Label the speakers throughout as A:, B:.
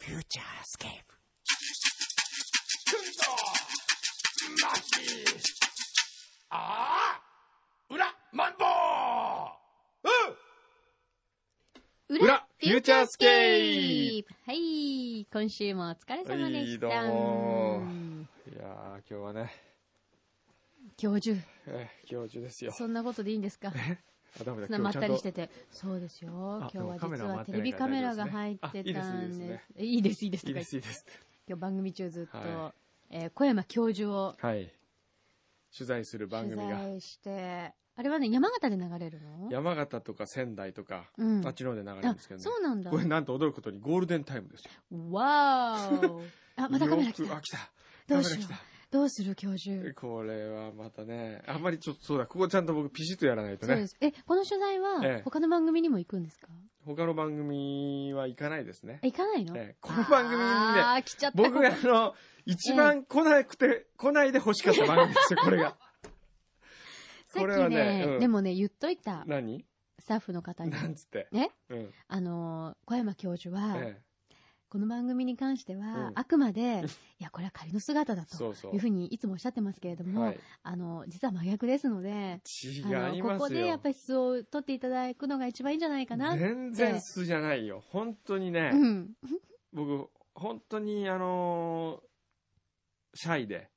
A: フューチャースケープ。
B: くんどまきああ裏マンボウうん
C: 裏
A: フューチャースケー
C: プはい、今週もお疲れ様でした。
A: はいどうも
C: うん
A: いやー、今日はね、
C: 教授、
A: えー教授ですよ。
C: そんなことでいいんですか
A: あ、ダメだ、
C: そんな
A: 今
C: まっ
A: 日ち
C: た
A: ゃん
C: り
A: と
C: してて。そうですよ。今日
A: でも
C: は
A: カメ
C: 実
A: ラ回
C: は
A: ってないから
C: テレビカメラが入っ
A: 大丈夫
C: て
A: ですね
C: た
A: あいい
C: ん
A: ですいいで
C: です。えいいです、い
A: いいです、い
C: いです。とか言って
A: いです。
C: 今日番組中ずっと、
A: は
C: えー小山教授を
A: はい。取材する番
C: 取
A: 組が、
C: 材して、あれはね、山形で流れるの
A: 山形とか仙台とか、
C: うん。
A: あっちの方で流れるんですけどね。
C: そうなんだ
A: こ。れなんと驚くことにゴールデンタイムですよ。
C: わーお。あ、またカメラ来
A: よく
C: た
A: あ、。来た。
C: どう
A: カ
C: し
A: メ
C: よ
A: ラ来
C: う。どうする教授
A: た。。 これはまたね、あんまりちょっとそうだ、ここちゃんと僕ピシッとやらないと
C: そう
A: ね
C: で。す。え、この取材
A: ええ
C: は、他の番組にも行くんですか
A: 他の番組は行かないですね。
C: え、行かないの
A: ええこの番組にね
C: あー、来ちゃった。
A: 僕 があの、一番来なくて、来ないで欲しかった番組ですよ、これが。
C: さ
A: これは
C: っき
A: ねう
C: ね
A: ん、
C: でもね、言っといた、
A: 何
C: スタッフの方に。
A: なんつって。
C: ね
A: うん。
C: あのー、小山教授
A: え
C: は、
A: え
C: この番組に関して
A: う
C: は
A: ん、
C: あくまで、 いや、これは仮の姿だと。
A: そうそう
C: いうふ。うにいつもおっしゃってますけれど
A: は
C: も
A: い、。
C: あの、実は真逆ですので、あ
A: 違い
C: の、こ
A: ま
C: こ
A: す
C: でや
A: よ
C: っ。ぱり素を取っていただくのが一番いいんじゃないかな。
A: 全然素じゃないよ。本当にね
C: う、ん。
A: 僕、本当にあのーシャイで、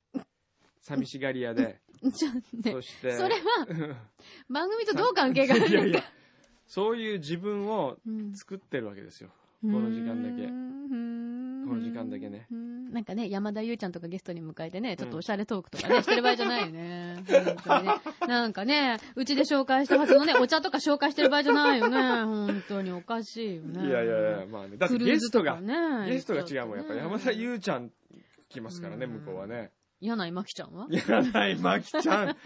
A: 寂しがり屋で、
C: ちょっとね
A: そして、
C: それ は
A: うん
C: 番組とどう関係がある ん
A: いやい
C: です
A: や
C: か、
A: そういう自分を
C: うん
A: 作ってるわけですよ。この時間だけ
C: うーん
A: この時間だけね
C: うーんなんかね、山田優ちゃんとかゲストに迎えてね、ちょっとおしゃれトークとかね、して る場合じゃないよね。本当に ね。なんかね、うちで紹介したはずのね、お茶とか紹介してる場合じゃないよね。本当におかしいよ
A: い
C: ね。
A: やいやいや、まあね。だって
C: クルー
A: ゲ
C: ズ
A: ス
C: と
A: トが、
C: かね、
A: ゲストが違うもん。
C: ち
A: やっ
C: ょと
A: ぱ
C: ね
A: 山田優ちゃん来ますからね、
C: うん
A: 向こうはね。
C: 柳井真紀ちゃんは
A: 柳井真紀ちゃ ん。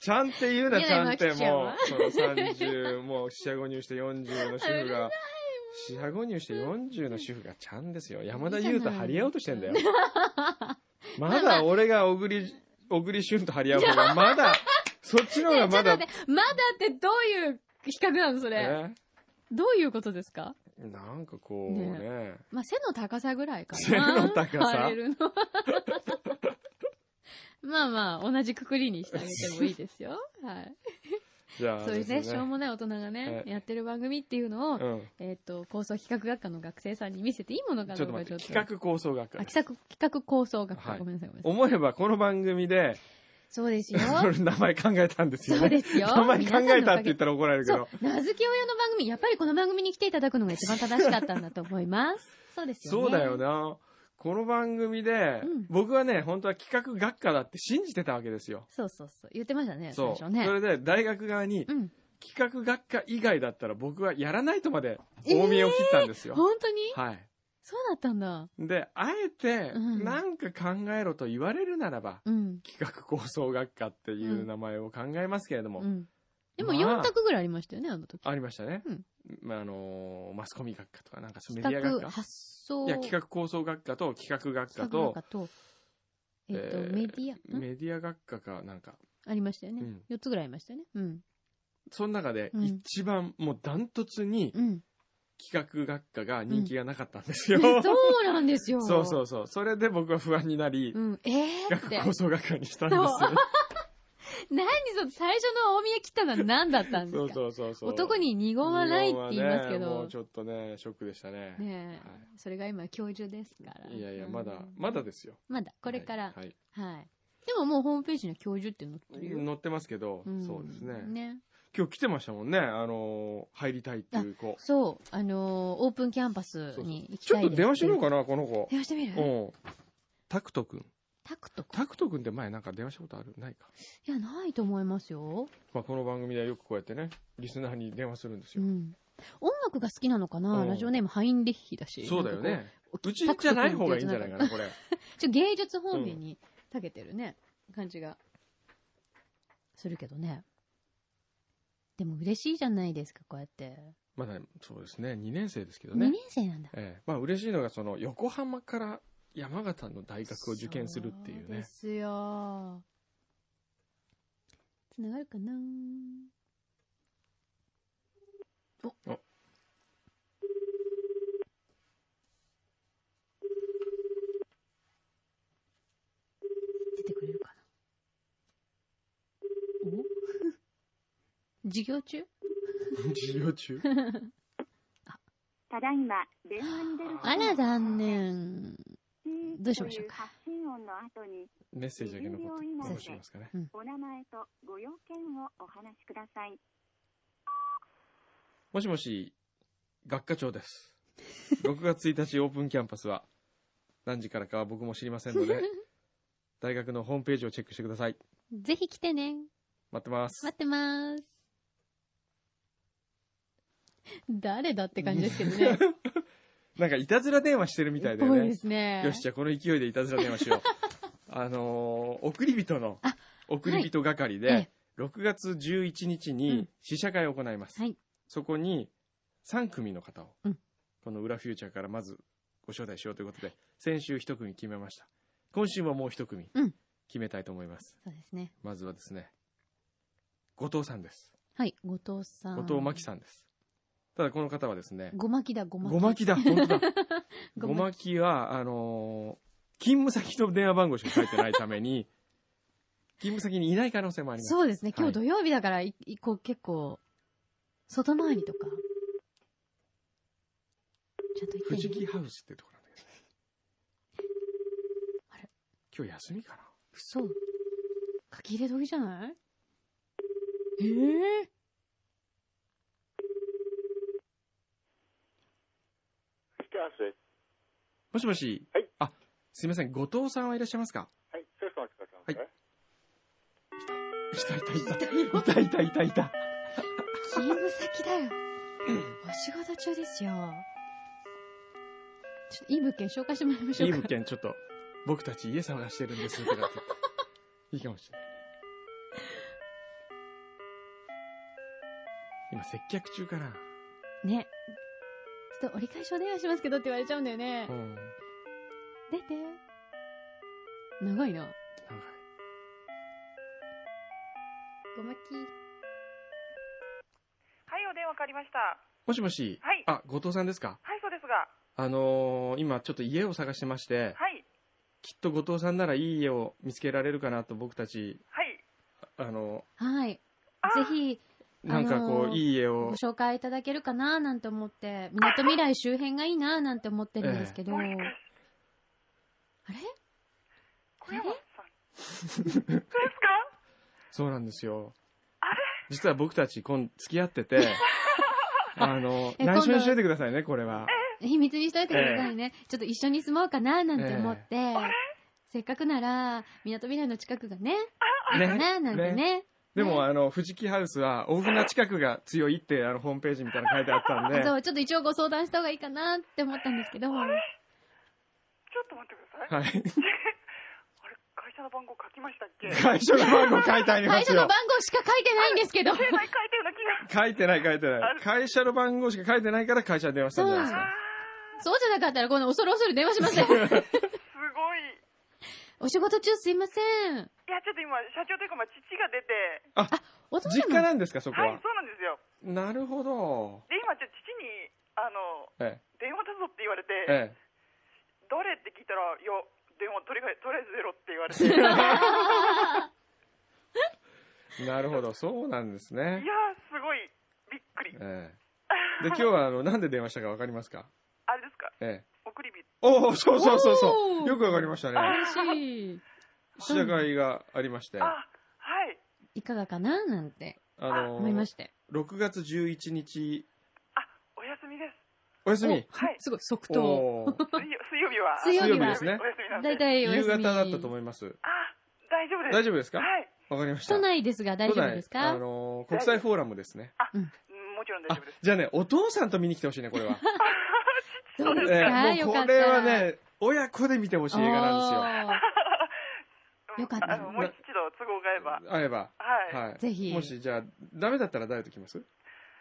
A: ちゃんって言うな、ちゃんって
C: 柳井真紀ちゃん
A: も
C: は
A: う。その30、もう四捨五入して40の主婦が。四捨五入して40の主婦がちゃんですよ。山田優と張り合おうとしてんだよ。まだ俺が小栗、小栗旬と張り合う方が、まだ、そっちの方が
C: ねちょ
A: ま
C: っと
A: だ
C: 待っ、て、まだってどういう比較なのそれ。
A: ね
C: どういうことですか
A: なんかこうね。
C: まあ、背の高さぐらいかな。
A: 背の高さ
C: バレるの まあまあ、同じくくりにしてあげてもいいですよ。はい。
A: じゃあ、
C: そういう
A: あれ
C: ね、
A: です
C: しょうもない大人がね、
A: え
C: やってる番組っていうのを、
A: うん。
C: えっ、と、構想企画学科の学生さんに見せていいものか
A: ちょ
C: ど
A: っと
C: うか
A: 待
C: ち
A: っ、
C: ょってと。
A: 企画構想学
C: あ。企画、企画構想学科、
A: はい
C: ごめんなさい、ごめんなさい。
A: 思えばこの番組で、
C: そうで すよ。
A: 名前考えたんですよね。
C: そうですよ。
A: 名前考えたって言った
C: ら。
A: ら怒られるけ
C: そう
A: ど。、
C: 名付け親の番組、やっぱりこの番組に来ていただくのが一番正しかったんだと思います。そうですよね。
A: そうだよな。この番組で、
C: うん
A: 僕はね、本当は企画学科だって信じてたわけですよ。
C: そうそうそう。言ってましたね、最
A: そう。
C: 初ね。
A: それで大学側に、
C: うん。
A: 企画学科以外だったら僕はやらないとまで大見えを切ったんですよ。
C: 本当に
A: はい。
C: そうだったんだ。
A: で、あえて、
C: うん
A: なんか考えろと言われるならば、
C: うん。
A: 企画構想学科っていう名前を考えますけれども、
C: うん。でも
A: まあ
C: 4択ぐらいありましたよね、あの時。
A: ありましたね。
C: うん
A: まあ、あのーマスコミ学科とか、なんかそうメディア
C: 企
A: 学科。
C: 画、発想。
A: いや、企画構想学科と企画学科
C: 企画
A: と
C: 学科、と、えっと、
A: えー
C: メディア、ん
A: メディア学科かなんか、
C: ありましたよ
A: う
C: ね
A: ん。
C: 4つぐらいありましたよね。 うん。
A: その中で
C: うん
A: 一番もうダントツに
C: うん。
A: 企画学科が人気がなかったんですよ。
C: そうなんですよ。
A: そうそうそう。それで僕は不安になり、
C: うん。えーっ
A: 企
C: て
A: 画。構想学科にしたんですよ。
C: 何その最初の大見え切ったのは何だったんで
A: そ
C: すか
A: うそうそうそう。
C: 男
A: に
C: に二言はないって言います
A: も
C: けど
A: う。ちょっとね、ショックでしたね。
C: ね
A: は
C: え。それが今、教授ですから。
A: いやいや、
C: うん
A: まだ、まだ。ですよ。
C: まだ、これから。
A: はい。はい
C: はい。でももうホームページには教授って載ってるよ。
A: 載ってますけど、
C: ん
A: そうですね。
C: ね。
A: 今日来てましたもんね、あのー入りたいっていう子。
C: そう、あのーオープンキャンパスに行き
A: ち
C: た
A: ょ
C: い
A: っ
C: で
A: と
C: す
A: 電話しようかな、この子。
C: 電話してみる
A: うん。タクト君。
C: タクトか。
A: タクト君って前なんか電話したことあるないか。
C: いや、ないと思いますよ。
A: まあ、この番組ではよくこうやってね、リスナーに電話するんです
C: う
A: よ。
C: ん。音楽が好きなのかな、
A: うん
C: ラジオネームハインリッヒだし。
A: そうだよ
C: なんか
A: ね。
C: こ
A: うちじゃない方がいいんじゃないかな、これ。
C: ちょっと芸術方面に長けてるね、感じがするけどね。でも嬉しいじゃないですか、こうやって。
A: まだ、そうですね、2年生ですけど
C: 2
A: ね
C: 年。生なんだ。
A: ええ。まあ、嬉しいのが、その、横浜から山形の大学を受験するっていう
C: そうで
A: ね。
C: すよ。つながるかなお
A: お
C: 授業中
A: 授業中
D: ただいま、電話に出る
C: あら、残念。ど
D: ど
C: うしましょうか。
D: 発信音の後に、
A: メッセージだけ残ってどうしますかね。
D: お名前とご用件をお話しください。
A: もしもし、学科長です。6月1日オープンキャンパスは、何時からかは僕も知りませんので、大学のホームページをチェックしてください。
C: ぜひ来てね。
A: 待ってます。
C: 待ってます。誰だって感じですけどね。
A: なんか、いたずら電話してるみたいだよ
C: 多いで
A: ね。
C: すね。
A: よし、じゃあこの勢いでいたずら電話 しよう。あのー送り人の
C: あ、
A: 送り人係で、
C: ええ
A: 6月11日
C: う
A: に
C: ん
A: 試写会を行います。
C: はい
A: そこに3組の方を、
C: うん
A: この裏フューチャーからまずご招待しようということで、先週1組決めました。今週はもう1組
C: うん
A: 決めたいと思います。
C: そうですね。
A: まずはですね、後藤さんです。
C: はい、後藤さん。
A: 後藤真希さんです。ただこの方はですね、
C: ごまきだ、ごまき。
A: ごまきだ、本当だ。
C: ご
A: ご
C: ま
A: まきは、あのー勤務先の電話番号しか書いてないために、勤務先にいない可能性もあります。
C: そうですね。今
A: は
C: 日
A: い
C: 土曜日だから、いいこう結構、外回りとか。ちゃんと行って
A: 藤
C: ね、
A: 木ハウスってとこなんだけどね。
C: あれ
A: 今日休みかな
C: 嘘。書き入れ時じゃないええ
E: してますはい、
A: もしもし。
E: はい
A: あ、すいません。後藤さんはいらっしゃいますか
E: 少々お待ちください。
A: はいいたいたいた。いたいたいたいた。
C: 勤務先だよ。お仕事中ですよ。ちょっと、いい物件紹介してもらいましょ
A: いうい
C: か。
A: 物件、ちょっと、僕たち家探してるんですとかって。いいかもしれない。今、接客中かな。
C: ね。ちょっと折り返しお願いしますけどって言われちゃうんだよね
A: う。ん。
C: 出て。長いな。
A: なんか
C: ごまき。
F: はい、お電話かかりました。は
A: もしもし。
F: はい
A: あ、後藤さんですか
F: い、そうですが。
A: あのー今ちょっと家を探してまして、
F: はい、
A: きっと後藤さんならいい家を見つけられるかなと僕たち、
F: はい。
A: あの
C: はい。
F: あ
C: ぜひ、
A: ーなんかこう、
C: あのー
A: いい家
C: ご
A: を、
C: 紹介いただけるかななんて思って、みなとみらい周辺がいいななんて思ってるんですけど。
F: え
C: あ
F: えも
C: れ
F: しかし小山さん。そうですか
A: そうなんですよ
F: あれ。
A: 実は僕たち今、付き合ってて、あのー
C: え
A: 内緒
C: 今
A: に
C: 度
A: しといてくださいね、これは。
C: 秘密にしといてくださいね。ちょっと一緒に住もうかななんて思って、
F: あれ
C: せっかくなら、みなとみらいの近くがね、
A: ね。
C: ななんてね。
A: でも、あの、藤木ハウスは、大船近くが強いって、あの、ホームページみたいなの書いてあったんで、
C: そう、ちょっと一応ご相談した方がいいかなって思ったんですけど。
F: ちょっと待ってく ださい。あ
A: はい。
F: れ、会社の番号書きましたっ け書いて
A: 会社の番号書いてありま
C: 会
A: す
C: 社の
A: よ
C: 番。号しか書いてないんですけど。
F: ない、書いたような気が。
A: 書いてない書いてない。会社の番号しか書いてないから会社に電話したんじゃないですか。
C: そうじゃなかったら、この恐る恐る電話しません。
F: すごい。い
C: お仕事中すいません。
F: や、ちょっと今、社長というか、まあ、父が出て、
C: お父
A: 実家
C: 様。
A: なんですか、そこ
F: はい、
A: は。
F: そうなんですよ。
A: なるほど。
F: で、今、ちょっと父に、あの、
A: え
F: 電話だぞって言われ
A: え。
F: て、
A: え
F: 誰って聞いたら、いや、電話取り替え、とりあえず出ろって言 われて、い
A: え。なるほど。そうなんですね。
F: やすごい、びっくり。
A: ええ。で、今日は、あの、なんで電話したかわかりますか
F: あれですか
A: ええ。
F: 送り火。
A: おお、そうそうそう
C: お
A: そ
C: ー
A: う。よくわかりましたね。
C: 嬉しい。
A: 試写会がありまして、あ
F: あ、はい。
C: いかがかななんて
A: の
C: 思いま
A: ー、
C: して。
A: 6月11日、
F: あ、お休みです。
A: お休み。
F: はい。
C: すごい、即答。
A: おー
F: 水 曜水曜日は。
C: 水曜
A: 水曜
C: 日は
A: 日ですね
F: お休みなんで。
C: 大体お
A: 夕
C: 休
A: 方
C: み。
A: だったと思います。
F: あ、大丈夫です。
A: 大
F: 夫で
A: 丈夫ですか
F: はい。
A: わかりました。
C: 都内ですが大丈夫です
A: 都内あ
C: か
A: のー、国際フォーラムですね。
F: うんもちろん大
A: あ
F: 丈夫です。、
A: じゃあね、お父さんと見に来てほしいね、こ れは。
C: どうです
A: え
C: か
A: え
C: よ
A: もう
C: かった。
A: これはね、親子で見てほしい映画なんですよ。
F: うん
C: よかった
F: あのもう一度都合が合えば。
A: 会えば。
F: はい。
A: はい。
C: ぜひ
A: もし、じゃあ、ダメだったら誰と来ます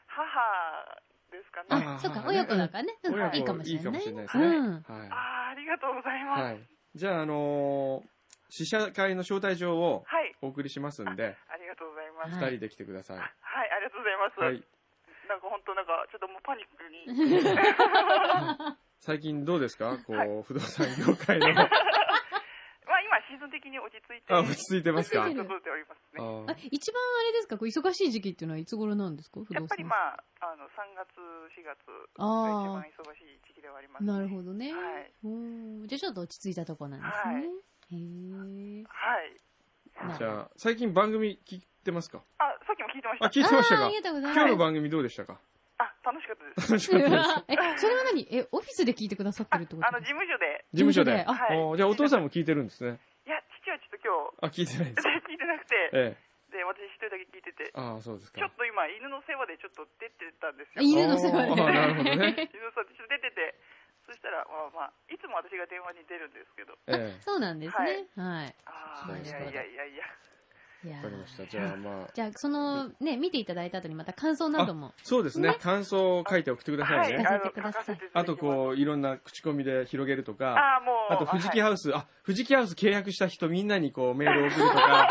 F: 母ですか
C: お
F: ね。
C: ー。
A: あ
C: あ、そうか、
A: はい
C: 親子だからね。
A: 親
C: うん
A: 子
C: いいかもしれない。
A: ですね。
C: うん
A: は
F: あ、ありがとうござい
A: い。は
F: ます。
A: い。じゃあ、あのー試写会の招待状を
F: はい。
A: お送りしますんで、
F: ありがとうございます。
A: 二
C: はい
A: 人で来てください。
F: はい、ありがとうございま す。
A: はい。
F: なんか本当なんかちょっともうパニッ クに。
A: 最近どうですかこ
F: は
A: う、不動産業界の。
F: まあ今静分的に落ち着いて、
A: あ、落ち着いてますか
C: 落
A: あ
C: ち着いてる
F: 整っておりますね。
C: あ一番あれですかこう忙しい時期っていうのはいつ頃なんですか不動
F: や
C: 産
F: っぱりまあ、あの、3月、4月
C: あ
F: が一番忙しい時期ではありま
C: あ
F: す、ね。
C: なるほどね、
F: はい
C: おーじゃあちょっと落ち着いたとこなんですね、へ
F: はい。
C: えな
A: じ
C: るほ
A: ゃ
C: ど
A: あ、最近番組聞いてますか
F: あ、さっきも聞いてまし
A: あ、
F: た。
A: 聞いてました
C: あー
A: か
C: ありがとうございます
A: 今日の番組どうでしたか
F: あ、楽しかったです。
A: 楽しか ったです。
C: え、それは何え、オフィスで聞いてくださって
F: ああ
C: るってこと
F: の、事務所で、
A: 事務所で。
C: あ
A: あーじゃあ、お父さんも聞いてるんですね。
F: いや、父はちょっと今
A: あ、
F: 日、
A: 聞いて ないです。
F: 聞いてなくて、
A: ええ。
F: で、私一人だけ聞いてて、
A: ああ、そうです
F: ちょ
A: か
F: っ。と今、犬の世話でちょっと出てたんですよ。
C: 犬の世話で。
A: あーなるほどね
F: 犬の世話でちょっと出てて、そしたら、まあまあ、いつも私が電話に出るんですけど、
A: え
C: そうなんですね。はい。
F: あ
A: そう
F: あ、
A: で
F: い
A: す
F: や
A: か
F: いやいや
C: い
F: いや。
C: や
A: え。
C: ー
A: わかりました。じゃあ、まあ。
C: じゃあ、その、ね、見ていただいた後にまた感想なども。
A: そうですね。感想を書いて送ってくださいね。
C: は
F: あ
C: い聞か
F: の
C: せてください
F: 書かせていただき
A: あ
F: ます
A: と、こう、いろんな口コミで広げるとか。
F: ああ、もう。
A: あと、富士
F: はい
A: 木ハウス、あ、富士木ハウス契約した人みんなにこうメールを送るとか、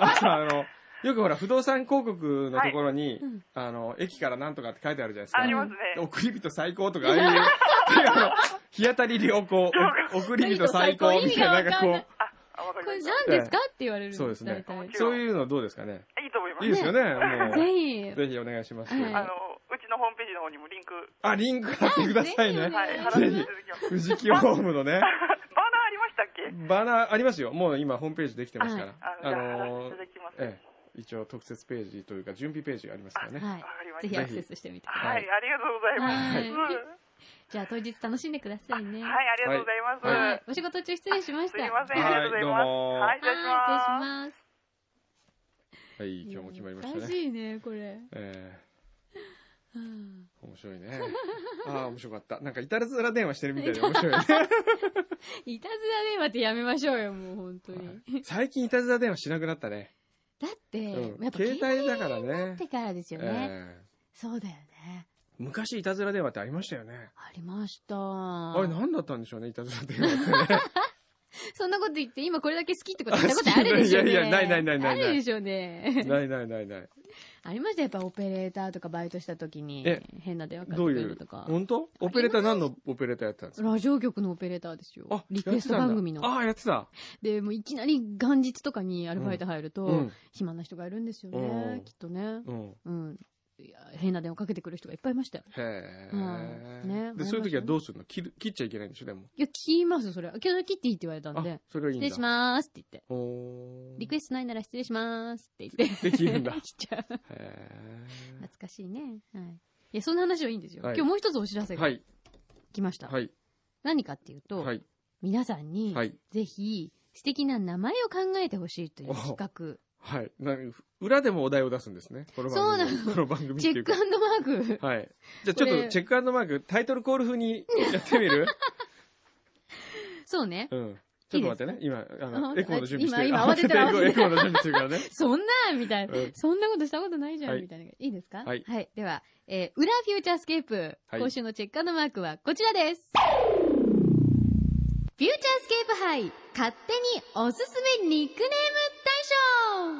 A: あとあの、よくほら、不動産広告のところに、
C: うん
A: あの、駅からなんとかって書いてあるじゃないです
F: あり
A: か。
F: ますね。
A: 送り人最高とか、ああいう、あの日当たり良好、お送り人最高みたいな、なんか
C: 意味がわかんな
A: こ
C: い
F: あ、わか
C: こ
F: りま
C: れ
F: し
C: 何ですかって言われる
A: う、そうですね
C: 大。体
A: そういうのどうですかね。
F: た。いいと思います。
A: いいですよね、もう。
C: ぜ
A: ぜひお願いします。
C: はい
F: あの、うちのホームページの方にもリンク、
A: あ、リンク貼ってくださいね
C: あぜ。
F: はい、
C: え
F: 貼らせていただきます。
A: 富士木ホームのね。
F: バナーありましたっけ
A: バナーありますよ。もう今ホームページできてますから。
F: あ
A: あ
F: の、じゃあ貼ら
A: の
F: せていただきます。
A: ええ、一応特設ページというか準備ページがありますから
C: ひ。
A: ね。
C: はい
F: わ。か
C: ぜ
F: りまし
C: ひ
F: た。
C: アクセスしてみて。
A: は
F: はいい、ありがとうございます。
C: はい
F: うん
C: じゃあ、当日楽しんでくださいね。
F: はい、ありがとうございます。
A: はい
C: はいお仕事中失礼しまし
F: す
C: た。
F: いません、
A: は
F: あ
A: い
F: りがとうございます。
A: どうも
F: はい、失
C: は
F: 礼
C: い、
F: し
A: はい、今
C: 失礼します。
F: ます。
A: 日も決まりまし
C: お
A: た
C: か
A: ね。
C: しいね、これ。
A: え
C: うん
A: え、面白いね。ああ、面白かった。なんかいたずら電話してる みたいで面白いね。
C: いたずら電話ってやめましょうよ、もう本当に。
A: 最近いたずら電話しなくなったね。
C: だって、
A: うん
C: やっぱ
A: 携
C: 携帯
A: 帯だから
C: っ
A: ね。
C: てからですよね。
A: ええ
C: そうだよね。
A: 昔いたずら電話ってありましたよね。
C: ありました。
A: あれ何だったんでしょうね、いたずら電話ってね。
C: そんなこと言って、今これだけ好きってこと言ったことあるでしょうね。
A: いやいやないないないないない
C: あるでしょう ね。
A: ないないないない。
C: ありましたやっぱオペレーターとかバイトした時に
A: え、
C: 変な電話か
A: ど
C: かっ
A: う
C: て
A: い
C: くる
A: う
C: と、か。
A: 本当オペレーター何のオペレーターやってたんですか
C: ラジオ局のオペレーターですよ。
A: あ、
C: リクエスト番組の。
A: ああ、やってた。
C: で、もういきなり元日とかにアルバイト入ると、
A: うん。
C: 暇な人がいるんですよ
A: う
C: ね
A: ん。
C: きっとね。
A: うん。
C: うん。いや変な電話かけてくる人がいっぱいいましたよ。
A: へ
C: う
A: え、
C: んね
A: で、そういう時はどうするの切る切っちゃいけないんでしょ、でも。
C: いや、聞きます、それ。けど切っていいって言われたん
A: あ
C: で。、
A: それはいいん
C: 失
A: だ。
C: 礼しまーすって言って。
A: おー
C: リクエストないなら失礼しまーすって言って。
A: できるんだ
C: 来ちゃう。
A: へ
C: 懐かしいね。はい。いや、そんな話はいいんですよ。
A: はい
C: 今日もう一つお知らせ
A: え。
C: が
A: はい、
C: 来ました。
A: はい、
C: 何かっていうと、
A: はい、
C: 皆さんに、
A: はい、
C: ぜひ、素敵な名前を考えてほしいという企画。
A: はい。なんか裏でもお題を出すんですね。この番組。
C: そうなの
A: この番組って
C: チェ
A: いう
C: ック
A: か
C: マ。ー ク。
A: はい。じゃあちょっ
C: ことれ
A: チェックマーク、タイトルコール風にやってみ る
C: そうね。
A: うん。ちょっと待ってね。今、あ
C: あ
A: の、エコーの準備してる。
C: 今今慌ててる
A: あエコー
C: 慌
A: エ
C: てて
A: コ
C: る
A: ーの準備してるからね。
C: そんなみたいな
A: うん。
C: そんなことしたことないじゃ
A: は
C: ん
A: い
C: みたいな。いいですか
A: はい
C: では、えー、裏フューチャースケープ。
A: はい
C: 今週のチェッカーのマークはこちらです。フューチャースケープ杯、勝手におすすめニックネーム大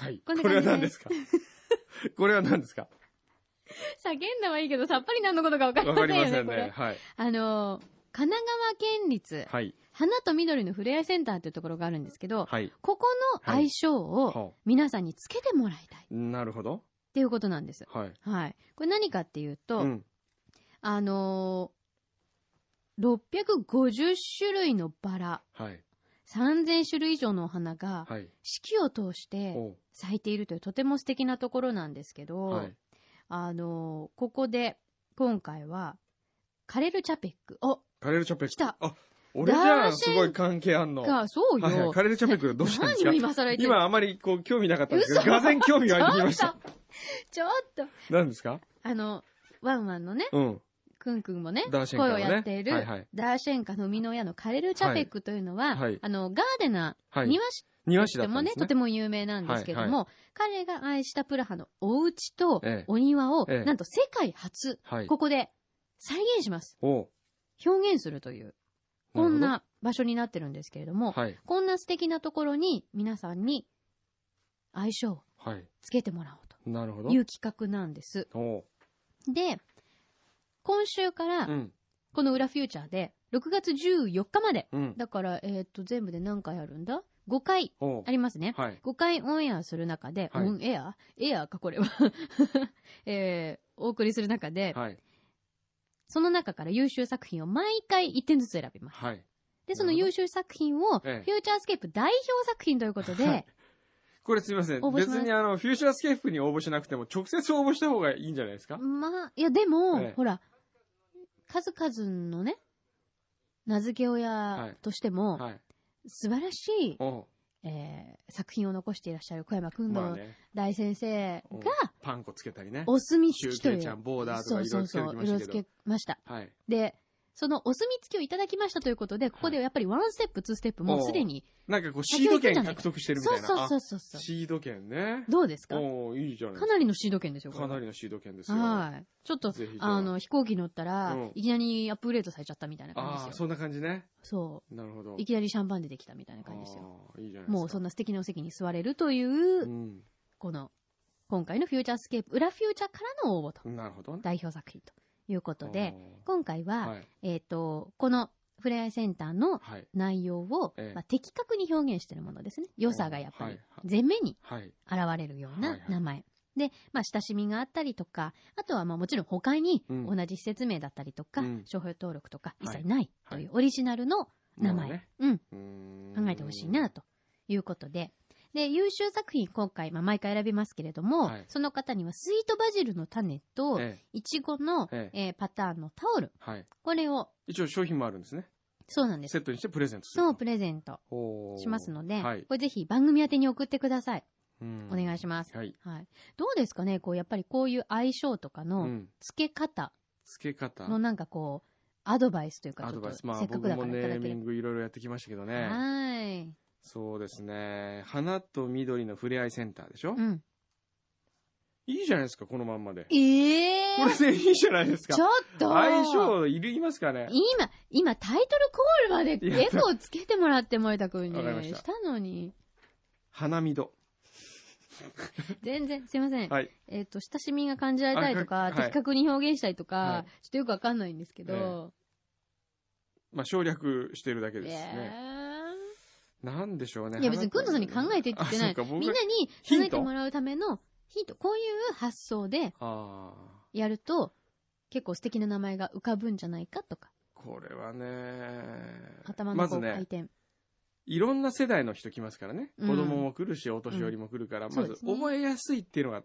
C: 賞
A: はい。
C: こんな
A: これは
C: 感
A: 何
C: じ
A: ですかこれは何ですか
C: 叫んだはいいけど、さっぱり何のことか分かり
A: わ
C: ま
A: か
C: せん
A: りま
C: よ
A: せ
C: ね、
A: ん
C: こ
A: ね
C: れ。。
A: はい。
C: あのー、神奈川県立、
A: はい。
C: 花と緑のふれあいセンターっていうところがあるんですけど、
A: はい。
C: ここの愛称を
A: は
C: 皆さんにつけてもらいたいっ
A: あなるほど。
C: ていうことなんです。
A: はい。
C: はい。これ何かっていうと、
A: うん。
C: あのー、650種類のバラ、
A: はい。
C: 3000種類以上のお花が
A: はい。
C: 四季を通して
A: おう
C: 咲いているというとても素敵なところなんですけど、
A: はい。
C: あのーここで今回はカレルチャペック。あ、
A: カレルチャペック。
C: 来た
A: あ、俺じゃ
C: ダー
A: ん、
C: シェ
A: す
C: ン
A: ごい関係あんの。は
C: が、そう
A: い
C: よ。
A: はい、カレルチャペックどうしたんです
C: 何を
A: か
C: 今更言ってる
A: 今あまりこう興味なかったんですけ
C: 嘘
A: ど、がぜん興味
C: ちょ
A: 湧い
C: って
A: き
C: と
A: ました。、
C: ちょっと、
A: 何ですか
C: あの、ワンワンのね、
A: うん。
C: くんくんもね、
A: ダーシェンカ
C: 声
A: の
C: を
A: ね
C: やっている、
A: はいはい
C: ダーシェンカの生みの親のカレルチャペックというのは、
A: はいはい
C: あの、ガーデナー、
A: はい。
C: 庭師
A: 庭師だ
C: とて
A: った
C: も
A: んで
C: ね、
A: すね。
C: とても有名なんですけども、彼が愛したプラハのお家と
A: ええ
C: お庭を、
A: ええ
C: なんと世界初、
A: はい。
C: ここで再現します。
A: おう
C: 表現するという、こん
A: る
C: な場所になってるんですけれども、
A: ほど。はい。
C: こんな素敵なところに皆さんに愛称を
A: はい。
C: つけてもらおう
A: なるほど
C: とい。う企画なんです。
A: おう
C: で、今週から
A: うん。
C: この裏フューチャーで、6月14日まで。
A: うん。
C: だから、えっと、全部で何回あるんだ ?5 回
A: おう
C: ありますね。
A: はい。
C: 5回オンエアする中で、
A: はい
C: オンエアエアか、これは。 えーお送りする中で、
A: はい。
C: その中から優秀作品を毎回1点ずつ選びます。
A: はい。
C: で、その優秀作品を、フュ
A: え
C: ー
A: え
C: チャースケープ代表作品ということで、
A: はいこれすみません
C: 応。募します
A: 別にあの、フューチャースケープに応募しなくても、直接応募した方がいいんじゃないですか
C: まあ、いやでも、
A: ええ
C: ほら、数々のね、名付け親としても、
A: はい。
C: 素晴らしい、
A: おう
C: えー作品を残していらっしゃる小山くん
A: まあ
C: の
A: ね。
C: 大先生
A: うん
C: が、
A: パン粉つけたりね。
C: お墨
A: シ
C: 付
A: ュ
C: き
A: ウ
C: とい
A: ケ
C: う。
A: イちゃん、ボーダーと
C: そ
A: か
C: う
A: い
C: そ
A: ろいうろつけ
C: そ
A: て
C: う
A: き、ました
C: 色
A: けど
C: 付け。ました。
A: はい。
C: で、そのお墨付きをいただきましたということで、ここでやっぱりワンステップ、ツーステップ、もうすでに、
A: なんかこう、シード権獲得してるみ
C: そ
A: た
C: う
A: いな。
C: そうそうそうそ
A: あ
C: う。
A: シード権ね。
C: どうですか
A: おおいいじゃない
C: かなりのシード権ですよ、これ
A: か
C: は
A: なりのシード権ですよ。
C: はい。ちょっと
A: ぜひ、じゃあ
C: あの、飛行機乗ったら
A: うん、
C: いきなりアップグレードされちゃったみたいな感じ
A: あ
C: で
A: あ、
C: すよ。
A: そんな感じね。
C: そ
A: なるほど。
C: う。いきなりシャンパン出てきたみたいな感じですよ。
A: あーいいじゃないですか。
C: もうそん
A: な。
C: な素敵なお席に座れるという
A: う、ん。
C: この、今回のフューチャースケープ、裏フューチャーからの応募と、
A: なるほどね。
C: 代表作品ということで、
A: お
C: 今回
A: ー、
C: は、
A: はい。
C: えっと、この、ふれあいセンターの
A: はい。
C: 内容を
A: ええ、
C: まあ的確に表現しているものですね。良さがやっぱ
A: は
C: り
A: い、
C: 前面に
A: はい。
C: 現れるよう
A: は
C: ない
A: はい
C: 名前。で、まあ、親しみがあったりとか、あとはまあもちろん他に
A: うん
C: 同じ施設名だったりとか、
A: うん
C: 商標登録とか
A: い
C: 一切ないと
A: はい
C: いうオリジナルの名前、うん、
A: うん
C: 考えてほしいな、ということで。で、優秀作品今回、まあ、毎回選びますけれども、
A: はい
C: その方にはスイートバジルの種と、
A: ええ
C: いちごの、
A: え
C: えーパターンのタオル。
A: はい。
C: これを、
A: 一応商品もあるんですね。
C: そうなんです。
A: セットにしてプレゼントすると。
C: そう、プレゼント
A: おー
C: しますので、
A: はい。
C: これぜひ番組宛てに送ってください。
A: お
C: お願いします。
A: はい。
C: はい。どうですかねこう、やっぱりこういう相性とか
A: う
C: の
A: ん。
C: 付け方
A: 付け方。
C: のなんかこう、アドバイスというか、
A: ア
C: ち
A: ド
C: ょっと
A: バイス。ま
C: せ
A: あ
C: っか
A: 僕
C: くだか
A: も
C: ら
A: ネ
C: いただ
A: ー
C: け
A: ミ
C: れ
A: ングいろいろやってきましたけど
C: ば。は
A: ね。
C: ーい。
A: そうですね。花と緑のふれあいセンターでしょ
C: うん。
A: いいじゃないですか、このまんまで。
C: ええ
A: これでいいじゃないですか
C: ち。ょっと
A: 相性いるいますかね
C: 今、今タイトルコールまで
A: いや
C: エコーつけてもらって森田くんに
A: わかりました
C: したのに。
A: 花見ど。
C: 全然、すいません。
A: はい。
C: えっ、と、親しみが感じられたりと
A: あ
C: か、
A: かはい
C: 的確に表現したりとか、
A: はい
C: ちょっとよくわかんないんですけ
A: え
C: ど。
A: まあ省略してるだけです
C: え
A: ね。なんでしょうね。
C: ーいや別に、くん
A: 花
C: の
A: と
C: さんに考えてって言ってな
A: あ
C: い。
A: そうか僕が
C: みんなに考えてもらうためのヒント。こういう発想で
A: ああ。
C: やると、結構素敵な名前が浮かぶんじゃないかとか、
A: これはね。
C: 頭
A: ま
C: のこ
A: ず
C: う回
A: ね、
C: 転。
A: いろんな世代の人来ますからね。
C: うん
A: 子供も来るし、お年寄りも来るから、
C: ん
A: ま
C: そう
A: ず
C: ですね
A: 覚えやすいっていうのが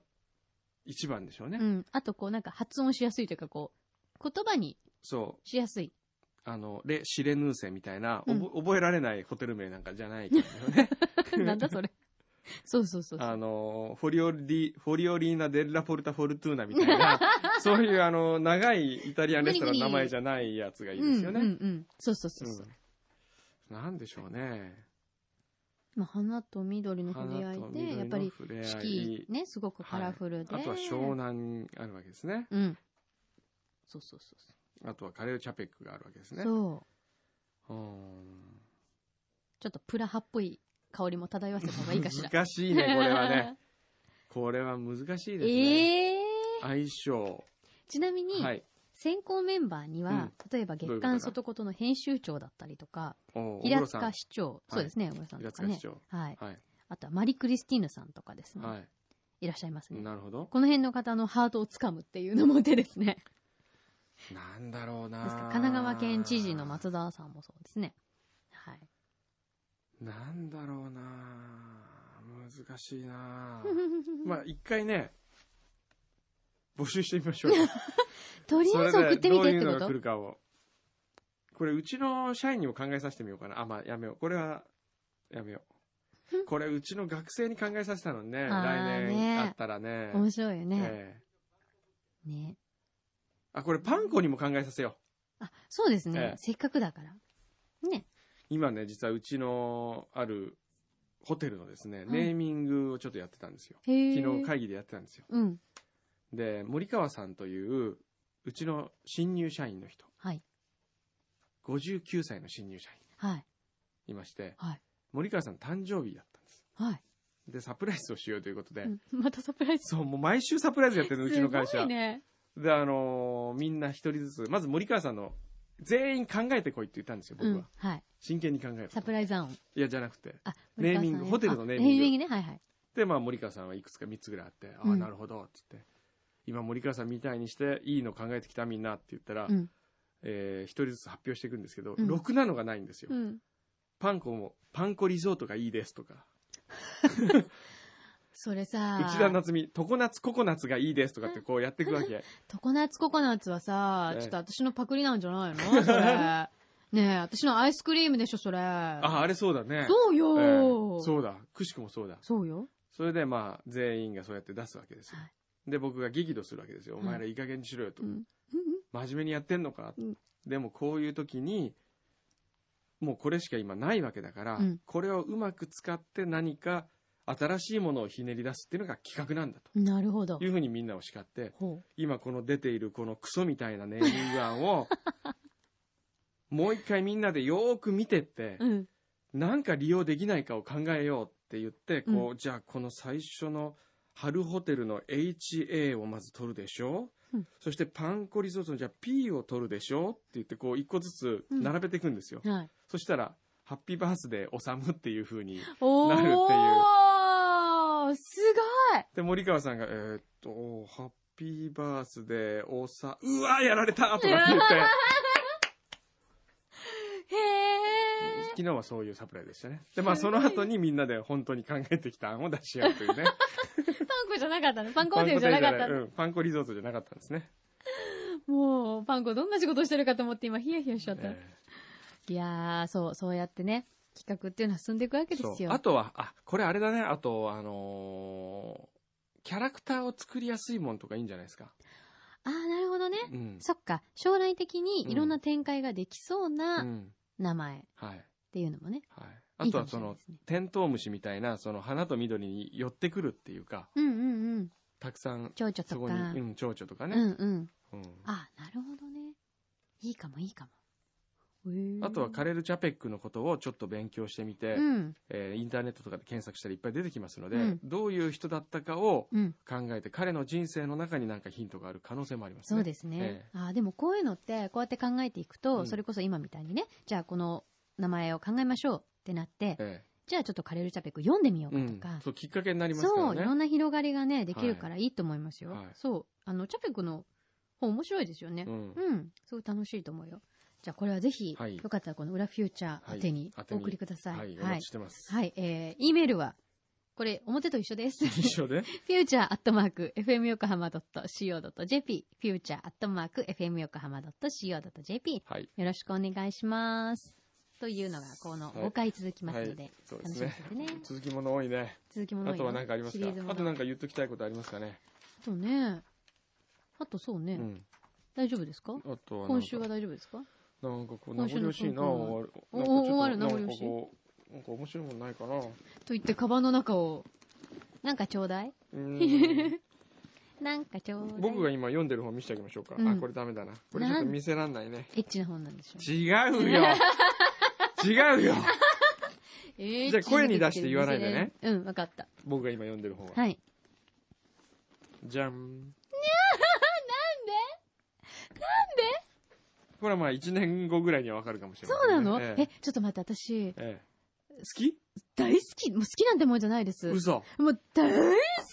A: 一番でしょうね。
C: うん。あとこうなんか発音しやすいというかこう、言葉に
A: そう。
C: しやすい。
A: あの、レ・シレヌーセみたいな、
C: うん
A: 覚覚えられないホテル名なんかじゃないけど ね。
C: なん だそれ。そうそうそう。
A: あの、フォリオリディ、フォリオリーナ・デッラ・ポルタ・フォルトゥーナみたいな、 そういうあの、長いイタリアンレストランの名前じゃないやつがいいですよね。
C: うんうんうん。そうそうそうそう。
A: うんなんでしょうね。
C: まあ、花と緑の触れ合い
A: 花と
C: で、
A: 緑
C: やっぱ
A: の
C: り
A: 触れ合い
C: 四季ね、すごくカラフルで。
A: あとは湘南あるわけですね。
C: うん。そうそうそうそ
A: あとはカレル・チャペックがあるわけです
C: う、
A: ね。
C: そう。
A: うーん
C: ちょっとプラハっぽい香りも漂わせた方がいいかしら。
A: 難しいね、これは ね。これは難しいですね。
C: ええ
A: 相性。
C: ちなみに、
A: はい。
C: 選考メンバーには、
A: うん
C: 例えば月刊外言の編集長だったりとか、
A: お
C: 平
A: 小
C: 塚
A: 黒
C: 市長、そうですね、小倉さ
A: さん
C: ん
A: 平
C: とか
A: 塚
C: ね
A: 市。長。
C: はい。
A: はい。
C: あとはマリ・クリスティーヌさんとかですね。
A: はい。
C: いらっしゃいますね。
A: なるほど。
C: この辺の方のハートをつかむっていうのも手ですね。
A: なんだろうな
C: ですから神奈川県知事の松田さんもそうですね。はい。
A: なんだろうな難しいな まあ、一回ね、募集してみましょう。
C: とりあえず送ってみてって
A: それでどういう
C: こ
A: のが来
C: と
A: るかを。これ、うちの社員にも考えさせてみようかな。あ、まあ、やめよう。これは、やめよう。これ、うちの学生に考えさせたのにね、
C: あ
A: 来
C: ー
A: 年
C: ね
A: あったらね。
C: 面白いよね。
A: ええ
C: ね。
A: あ、これ、パン粉にも考えさせよ
C: あ、そうです
A: え
C: ね
A: え。
C: せっかくだから。ね。
A: う。今ね、実はうちのあるホテルのですね、
C: い
A: ネーミングをちょっとやってたんですよ。
C: へー
A: 昨日会議でやってたんですよ。
C: うん。
A: で、森川さんという、うちの新入社員の人、
C: はい。
A: 59歳の新入社員
C: はい。
A: いまして、
C: はい
A: 森川さん誕生日だったんです。
C: はい。
A: で、サプライズをしようということで、
C: うんまたサプライズ。
A: そう、もう毎週サプライズやってるの、うちの会
C: すご
A: 社。
C: いね。
A: で、あのーみんな一人ずつ、まず森川さんの、全員考えてこいって言ったんですよ、
C: う
A: 僕は。
C: ん。はい。
A: 真剣に考える。
C: サプライズアン。
A: いや、じゃなくて。
C: あ、森川さん
A: ネーミングホテルの
C: あ
A: ネーミング
C: ネーミングね、はいはい。
A: で、まあ、森川さんはいくつか3つぐらいあって、
C: う
A: ああ、
C: ん
A: なるほど、つって。今、森川さんみたいにして、いいの考えてきたみんなって言ったら、
C: うん。
A: えー一人ずつ発表していくんですけど、
C: うん
A: ろくなのがないんですよ。
C: うん。
A: パンコも、パンコリゾートがいいですとか、
C: それさ、
A: 内田夏美、常夏ココナツがいいですとかってこうやっていくわ け。
C: 常夏ココナッツはさ、
A: ね
C: ちょっと私のパクリなんじゃない のそれ。ねえ、私のアイスクリームでしょ、それ。
A: あ、あれそうだね。
C: そう
A: え
C: よ、
A: ー
C: そう
A: そうだ。くしくもそうだ。
C: よ。
A: それでまあ、全員がそうやって出すわけですよ
C: は。
A: で、僕が激怒するわけですよ。お
C: ん
A: 前らいい加減にしろよと
C: う。ん。
A: 真面目にやってんのか
C: うん。
A: でもこういう時に、もうこれしか今ないわけだから
C: うん、
A: これをうまく使って何か新しいものをひねり出すっていうのが企画なんだ
C: なるほど
A: とい。うふうにみんなを叱って、
C: ほ
A: 今この出ているこのクソみたいなネーミング案 を、もう一回みんなでよーく見てって
C: う。、うん。
A: なんか利用できないかを考えようって言って、こう、
C: う
A: じゃあこの最初の春ホテルの HA をまず取るでしょ、
C: うん
A: そしてパンコリゾートのじゃあ P を取るでしょって言って、こう一個ずつ並べていくんですよ。
C: はい。
A: そしたら、ハッピーバースデーおさむっていう風に。
C: お
A: なるっていう
C: ーす
A: で、森川さんが、えーっと、ハッピーバースデーおさ、うわやられたとかって言って、
C: ごいへ
A: 昨日はそういうサプライズでしたね。で、まあその後にみんなで本当に考えてきた案を出し合うと いうね。
C: ー。パン粉じゃなかったのパン粉ホテルじゃなかっ
A: パ
C: た
A: ンコホテルじゃない
C: の
A: うんパンコリゾートじゃなかったんですね。
C: もう、パン粉どんな仕事してるかと思って今ヒヤヒヤしちゃった。
A: ええ
C: いやー、そう、そうやってね、企画っていうのは進んでいくわけで
A: そう
C: すよ。
A: あとは、あ、これあれだね。あと、あのーキャラクターを作りやすいもんとかいいんじゃないですか。
C: あー、なるほどね。
A: うん。
C: そっか、将来的にいろんな展開ができそう
A: う。
C: なん名前っ
A: はい。
C: ていうのもね。
A: はい。
C: い
A: あ
C: い
A: と
C: かも
A: は
C: し
A: そ
C: れない
A: の
C: で、すね。
A: テントウムシみたいな、その花と緑に寄ってくるっていうか、
C: うんうんうん。
A: たくさん、
C: 蝶々とか。
A: そこに、うん、蝶々とか
C: う
A: ね。
C: んうん。
A: うん。
C: あ、なるほどね。いいかもいいかも。へー
A: あとはカレル・チャペックのことをちょっと勉強してみて、
C: うん。
A: えーインターネットとかで検索したらいっぱい出てきますので、
C: うん
A: どういう人だったかを
C: うん。
A: 考えて彼の人生の中に何かヒントがある可能性もありますね。
C: そうですね。
A: ええ
C: あーでもこういうのって、こうやって考えていくと、
A: うん
C: それこそ今みたいにね、じゃあこの名前を考えましょうってなって、
A: え
C: じゃあちょっとカレルチャペック読んでみよう
A: えう
C: かと
A: ん
C: か、、
A: そうきっかけになりますから
C: そう、
A: ね。
C: いろんな広がりがね、できるからいいと思いますよ。
A: はい
C: そう。あの、チャペクの本面白いですよね。
A: うん
C: うん。すごい楽しいと思うよ。じゃあ、これはぜひ、
A: はい
C: よかったらこの裏フューチャー宛てに
A: はい宛て
C: お
A: に
C: 送りください。
A: はい、お
C: は
A: 待
C: い
A: ちし。てます。
C: はいえー、E メールは、これ、表と一緒 です。
A: 一緒 で。
C: future.fmyokohama.co.jp future.fmyokohama.co.jp
A: はい。
C: よろしくお願いします。というのが、この
A: はい
C: 5回続きま
A: は
C: すの
A: い
C: で、、
A: そうで
C: 楽
A: す
C: しみに
A: ね
C: しててね。
A: 続きもの多いね。
C: 続きもの
A: あとは何かあります
C: シ
A: か
C: リーズもの
A: あと何か言っときたいことありますかね。
C: そうね。あとそうね。
A: うん。
C: 大丈夫ですか
A: あとはなんか
C: 今週は大丈夫ですか
A: なんかこう、名
C: 今週
A: 残
C: の
A: 惜しいな。
C: コ
A: 終わる
C: お終わる
A: なんか
C: 名残惜し
A: ち
C: い
A: ょっとなんかこうなんか面白いもんないか な。
C: と言って、カバンの中を、なんかちょうだい
A: うん。
C: なんかちょうだい。
A: 僕が今読んでる本見せてあげましょうか。
C: うん
A: あ、これダメだな。これちょっと見せらんないね。
C: エッチな本なんでしょ
A: 違うよ違うよ
C: え
A: じゃあ声に出して言わないでね。
C: うん、わかった。
A: 僕が今読んでる本は。
C: はい。
A: じゃ ん。なんでなんでこれはまあ1年後ぐらいにはわかるかもしれない、
C: そうなの
A: え
C: え
A: え、
C: ちょっと待って、私、
A: ええ好き
C: 大好き。もう好きなんてもんじゃないです。
A: 嘘
C: もう大好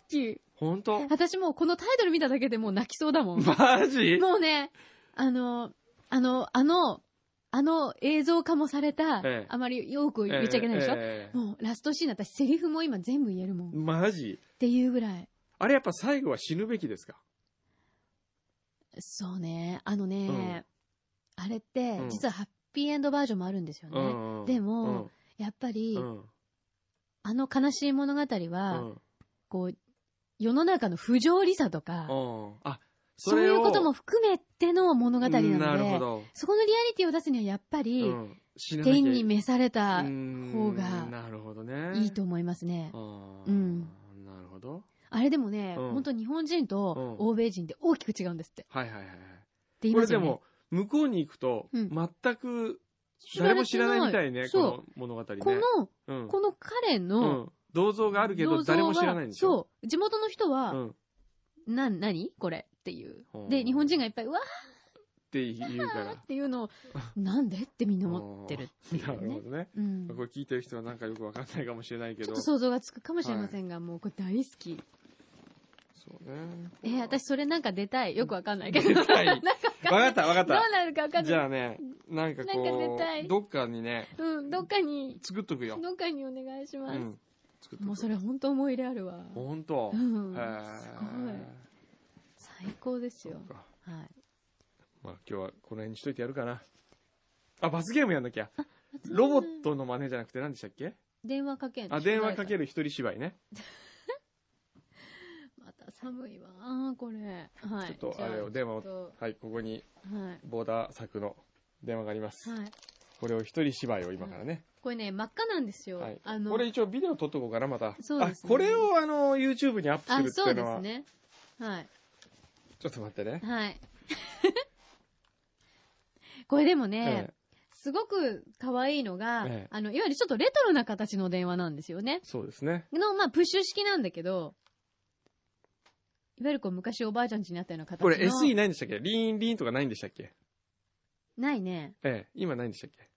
C: き。
A: 本当
C: 私もうこのタイトル見ただけでもう泣きそうだ もん。
A: マジ
C: もうね、あの、あの、あの、あの映像化もされた、
A: ええ
C: あまりよく言っちゃいけないでしょ、
A: ええ
C: もうラストシーン私セリフも今全部言えるもん。っ
A: マジ
C: ていうぐらい。
A: あれやっぱ最後は死ぬべきですか
C: そうね、あのね、あれって
A: うん
C: 実はハッピーエンドバージョンもあるんですよね。
A: うんうん
C: でも、やっぱり、
A: うんうん
C: あの悲しい物語
A: う
C: は、
A: ん
C: こう、世の中の不条理さとか、
A: うんあ
C: そ
A: れを
C: ういうことも含めての物語な
A: うんなる
C: の
A: ほ
C: で、
A: ど、
C: そこのリアリティを出すにはやっぱり、
A: うん死ななきゃ
C: 天に召された
A: う
C: 方
A: ん
C: が
A: なるほどね
C: いいと思いますね。
A: あー
C: うん
A: なるほど。
C: あれでもね、
A: うん
C: 本当日本人と
A: うん
C: 欧米人って大きく違うんですって。っ
A: はいはいはいは
C: て言
A: い。
C: い
A: こ
C: ま
A: れ
C: すよ
A: で
C: ね
A: も、向こうに行くと、
C: うん
A: 全く
C: 知られ
A: 誰
C: て
A: も知らないみたいね、こ
C: そ
A: の物語ね。
C: う。この、
A: うん、
C: この彼
A: う
C: の、
A: ん銅像があるけど、誰も知らないんでしょ
C: そう。地元の人は、
A: ん。
C: な、何これっていう
A: ほ。う
C: で、日本人がいっぱい、うわーっ
A: って言うか
C: あー
A: ら
C: っ。ていうのを、なんでってみんな思ってるってい
A: な
C: う
A: る
C: ね
A: ほ。どね。
C: うん、
A: これ聞いてる人はなんかよくわかんないかもしれないけ
C: ち
A: ど。
C: ょっと想像がつくかもしれませんが、もうこれ大好き。
A: そうね。
C: えー、私それなんか出たい。よくわか んないけど。
A: 出たい。わかったわかっ
C: どう
A: た。
C: なるかわかん
A: じゃ
C: ない。
A: あね、なんかこ
C: なんか出た
A: う、
C: い
A: どっかにね、
C: うん、どっかに、
A: 作っとくよ。
C: どっかにお願いし
A: う
C: ます。
A: ん。作っとく。
C: もうそれ本当思い入れあるわ。
A: ほんと。
C: うん
A: へー
C: すごい最高ですよ
A: そ。うか
C: はい。
A: まあ今日はこの辺にしといてやるかな。あ、罰ゲームやんなきゃ。ロボットの真似じゃなくて何でしたっけ
C: 電話かけん
A: あ、電話かけ
C: る。
A: る一人芝居ね。
C: また寒いわ。あーこれ。はい。
A: ちょっとあれを、
C: じゃ
A: 電話
C: ちょ
A: を
C: っ。
A: はい、ここに
C: はい。
A: ボーダー作の電話があります。
C: はい。
A: これを一人芝居を今からね。
C: これね、真っ赤なんですよ。
A: はい
C: あ。の、
A: これ一応ビデオ撮っとこうかな、また。
C: そうです
A: あ、
C: ね
A: これをあの、YouTube にアッ
C: あ、
A: プするっていう
C: そ
A: う
C: で
A: の
C: す
A: は。
C: ね。はい。
A: ちょっと待ってね。
C: はい。 これでもね、
A: ええ
C: すごく可愛いのが、
A: ええ
C: あの、いわゆるちょっとレトロな形の電話なんですよね。
A: そうですね。
C: の、まあ、プッシュ式なんだけど、いわゆるこう、昔おばあちゃん家にあったような形の。
A: これ SE ないんでしたっけリーンリーンとかないんでしたっけ
C: ないね。
A: ええ、今ないんでしたっけ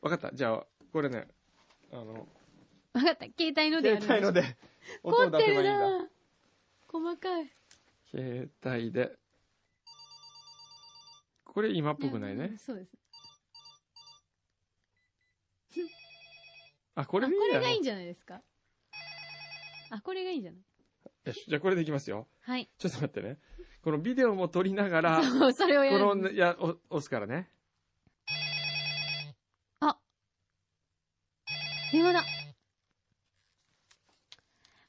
A: わかった。じゃあ、これね、あの、
C: わかった。携帯のでやる
A: 携帯ので、音
C: 凝
A: を
C: っ
A: 出
C: て
A: せばいい
C: る
A: んだ。
C: な細かい。
A: 携帯で。これ今っぽくないね。
C: そうです。
A: あ、こ
C: あ、
A: れでい
C: こ
A: いん
C: れ
A: だ
C: がいい
A: ね
C: んじゃないですか。あ、これがいいんじゃない
A: よしじゃあこれでいきますよ。
C: はい。
A: ちょっと待ってね。このビデオも撮りながら、こ
C: そう、それをやる。
A: の、いや、お押すからね。
C: 電話だ。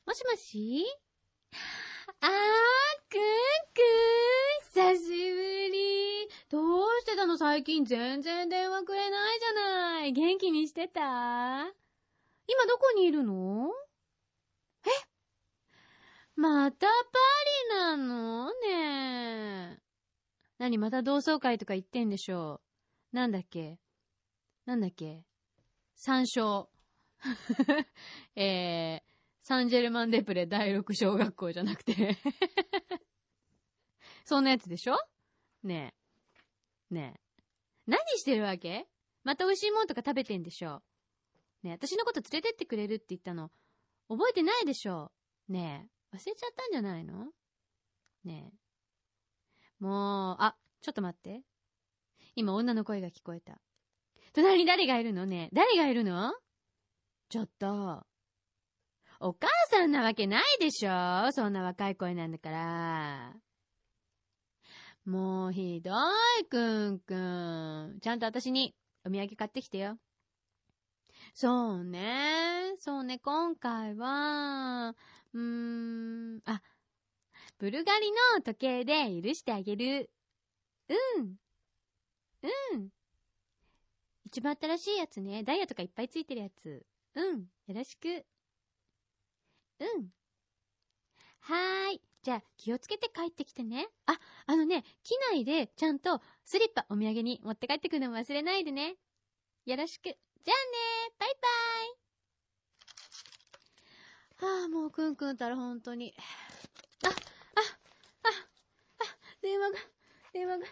C: もしもし あー、くんくん、久しぶり。どうしてたの最近全然電話くれないじゃない。元気にしてた今どこにいるのえまたパリなのねえ。何また同窓会とか行ってんでしょう。なんだっけなんだっけ三章。えー、サンジェルマンデプレ第六小学校じゃなくて。そんなやつでしょねえ。ねえ。何してるわけまた美味しいもんとか食べてんでしょねえ、私のこと連れてってくれるって言ったの、覚えてないでしょねえ、忘れちゃったんじゃないのねえ。もう、あ、ちょっと待って。今女の声が聞こえた。隣に誰がいるのねえ誰がいるのちょっと。お母さんなわけないでしょそんな若い声なんだから。もうひどい、くんくん。ちゃんと私にお土産買ってきてよ。そうね。そうね、今回は、うーん、あ、ブルガリの時計で許してあげる。うん。うん。一番新しいやつね。ダイヤとかいっぱいついてるやつ。うん。よろしく。うん。はーい。じゃあ、気をつけて帰ってきてね。あ、あのね、機内でちゃんとスリッパお土産に持って帰ってくるのも忘れないでね。よろしく。じゃあねバイバイ。ああ、もうくんくんたら本当に。あ、あ、あ、あ、電話が、電話が、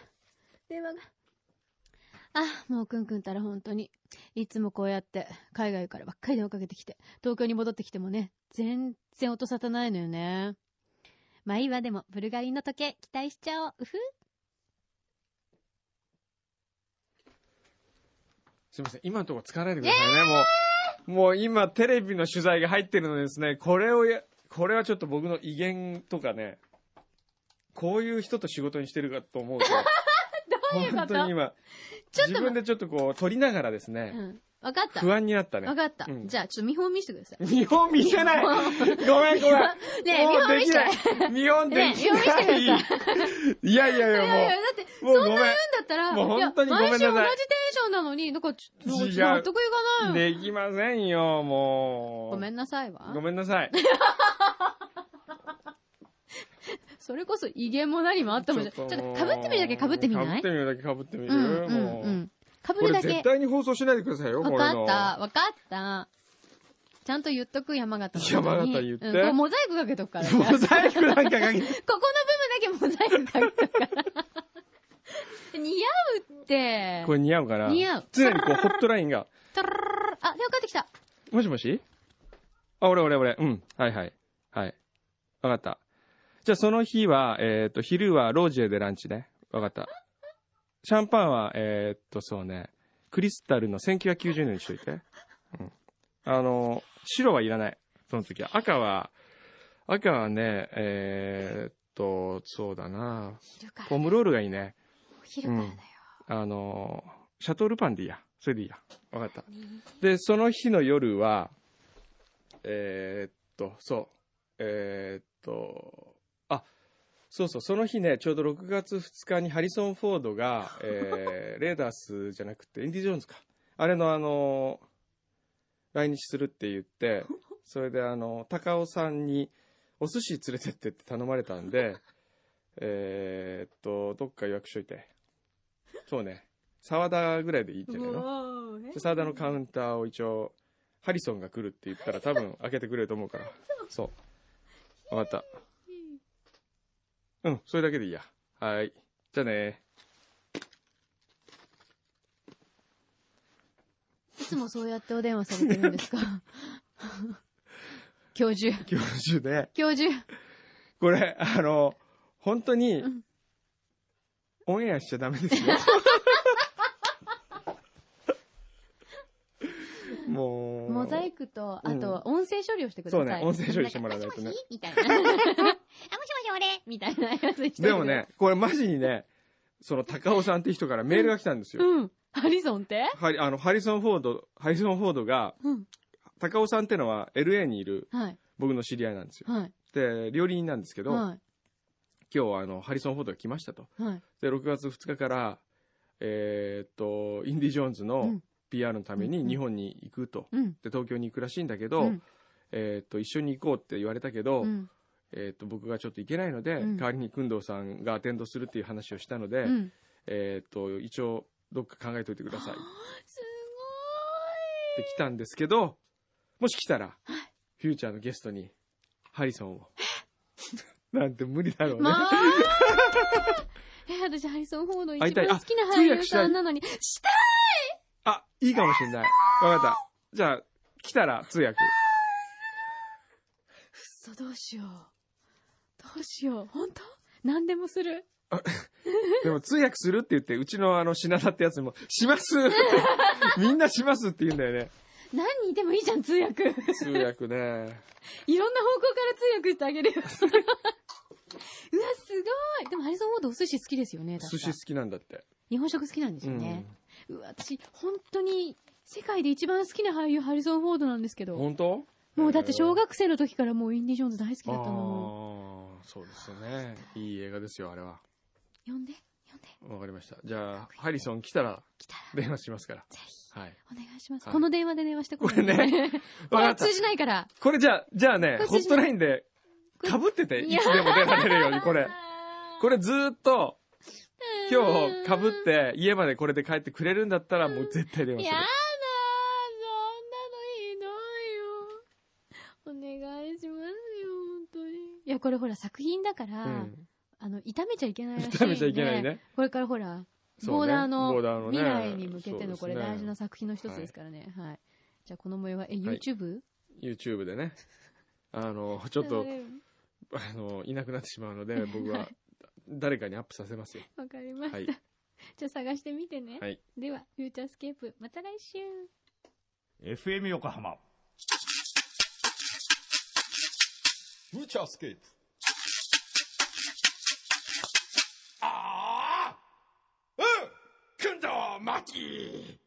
C: 電話が。あ、もうくんくんたら本当に。いつもこうやって海外からばっかり電話かけてきて、東京に戻ってきてもね、全然音沙汰ないのよね。まあいいわ、でも、ブルガリの時計期待しちゃおう。うふ
A: すいません。今のところ使わないでくださいね。もう、もう今テレビの取材が入ってるのでですね、これをや、これはちょっと僕の威厳とかね、こういう人と仕事にしてるかと思うと、
C: どういうこと
A: 本当に今、
C: ちょっと待っ
A: 自分でちょっとこう、撮りながらですね、
C: うん。わかった。
A: 不安になったね
C: わ。かった。
A: うん
C: じゃあ、ちょっと見本見せてください。
A: 見本見せないごめんごめん
C: ねえ、見
A: もう
C: 本
A: で
C: 見
A: き
C: せて。
A: ない見本でき
C: ねえ
A: ないいやいやい
C: いやいや、だ
A: や、
C: って、
A: もう、もう
C: そん
A: ご
C: な
A: めん。
C: だったら、
A: もう本当にごめんなさい
C: や毎週同じテンションなのに、なんか、ち
A: 違
C: ょ
A: う
C: っと、納得いかないよ。
A: できませんよ、もう。
C: ごめんなさいわ
A: ご。めんな さい。
C: それこそ威厳も何もあったもんじゃ。ちょっと
A: もう
C: 被ってみるだけ被ってみない
A: 被ってみるだけ被ってみ
C: うん、う
A: る。
C: ん、
A: もう
C: うん。被
A: こ
C: る
A: れ
C: だけ。
A: 絶対に放送しないでくださいよ、こ
C: わ
A: れ
C: か
A: の。
C: った、わかった。ちゃんと言っとく、山形の人に。
A: 山形言って
C: うんこ れ モザイクかけとくからね。ここ
A: モザイクなんかかけて。
C: の部分だけモザイクかけとくから。似合うって。
A: これ似合うから、
C: 似合う
A: 常にこう、ホットラインが、
C: トロロロロロあ、電話かかってきた。
A: もしもしあ、俺俺俺。うん。はいはい。はい。わかった。じゃあその日は、えーっ、と、昼はロージェでランチね。わかった。シャンパンは、えーっ、と、そうね。クリスタルの1990年にしといて。うん。あの、白はいらない。その時は。赤は、赤はね、えーっと、そうだな。
C: 昼から、
A: ホームロールがいいね。
C: 昼からだよ。
A: あの、シャトルパンでいいや。それでいいや。わかった。で、その日の夜は、えーっと、そう。えーっと、あ、そうそう、その日ね、ちょうど6月2日にハリソン・フォードが、えーレーダースじゃなくて、インディ・ジョーンズか。あれのあの、来日するって言って、それであの、高尾さんにお寿司連れてってって頼まれたんで、えーっと、どっか予約しといて。そうね。沢田ぐらいでいいんじゃないの
C: うおーえ
A: でサーダのカウンターを一応、ハリソンが来るって言ったら多 分開けてくれると思うから。そう。わかった。うん、それだけでいいや。はい。じゃあね
C: いつもそうやってお電話されてる んですか教授。
A: 教授で、
C: 教授。
A: これ、あの、本当に
C: うん、
A: オンエアしちゃダメです よ。もう。
C: モザイクと、あと、音声処理をしてくださ
A: そ
C: い。
A: うね音声処理してもらわないとね
C: なんかもしもしみたいな。あ、もしもし俺みたいなやつにして
A: でもね、これマジにね、その高尾さんって人からメールが来たんですよ
C: くだ。さい。うん。ハリソンって
A: ハリあのハリソン・フォード、ハリソン・フォードが、
C: うん
A: 高尾さんってのは LA にいる
C: はい。
A: 僕の知り合いなんですよ。
C: はい。
A: で、料理人なんですけど、
C: は
A: 今日はあの、ハリソン・フォードが来ましたと。
C: い。はい。
A: で、6月2日から、えーっと、インディ・ジョーンズ
C: う
A: の
C: ん
A: PR のため
C: う
A: に
C: ん
A: 日本に行くと。
C: うん。
A: で、東京に行くらしいんだけど、
C: うん
A: えーっと、一緒に行こうって言われたけど、
C: うん。
A: えーっと、僕がちょっと行けないので、
C: うん
A: 代わりに工藤さんがアテンドするっていう話をしたので、
C: うん。
A: えーっと、一応、どっか考えておいてください。
C: す
A: って来たんですけど、もし来たら、フューチャーのゲストに、ハリソンを。 なんて無理だろう
C: ご
A: ね。
C: い。まあ。え、私、ハリソン・フォー ド
A: 会
C: 一
A: いた
C: 番
A: いあ
C: 好きな俳優さんなのに、した
A: あ、いいかもしれない。わかった。じゃあ、来たら通訳。
C: くっそ、どうしよう。どうしよう。本当何でもする。
A: でも通訳するって言って、うちのあの、品田ってやつも、します みんなしますって言うんだよね。
C: 何にいてもいいじゃん、通 訳。
A: 通訳 ね。
C: いろんな方向から通訳してあげるよ。うわ、すごい。でも、ハリソン・フォードお寿司好きですよね、確か
A: 寿司好きなんだって。
C: 日本食好きなんですよね。うわ、私、本当に、世界で一番好きな俳優、ハリソン・フォードなんですけど。
A: 本当
C: もうだって小学生の時からもうインディ・ジョーンズ大好きだ
A: あ
C: っ
A: あ
C: たの。
A: ー、そうですよね。いい映画ですよ、あれは。
C: 呼んで、呼んで、
A: わかりました。じゃあ、ハリソン来たら、
C: 来たら、
A: 電話しますから。
C: ぜひ、
A: はい。
C: お願いします。
A: はい
C: この電話で電話してこない
A: これ
C: ね。こ
A: わかっ
C: れは
A: た
C: 通。じないから。
A: これじゃあ、じゃあね
C: こ、れ
A: ホットラインで、
C: これ
A: かぶってて、いつでも出られるように、これ。これずーっと、今日かぶって、家までこれで帰ってくれるんだったら、もう絶対電話
C: や
A: す
C: だ
A: る。
C: そんなのひどいよ。お願いしますよ、本当に。いや、これほら作品だから、
A: うん。
C: あの、痛めちゃいけないらしい、ね。
A: 食べちゃいけない。ね。
C: これからほら、
A: そうね
C: ボーダーの
A: ボーダーのね
C: 未来に向けてのこれ
A: そうですね
C: 大事な作品の一つですからね。はい。じゃあこの模様は、え、
A: い
C: YouTube?、
A: YouTube でね。あの、ち
C: ち
A: ょっと、あの、いなくなってしまうので、僕
C: は、
A: はい誰かにアップさせますよ。
C: わかりました。
A: はい
C: じゃあ探してみてね。
A: はい
C: では、フューチャースケープ、また来週。
B: FM 横浜フューチャースケープ
E: ああうん工藤真希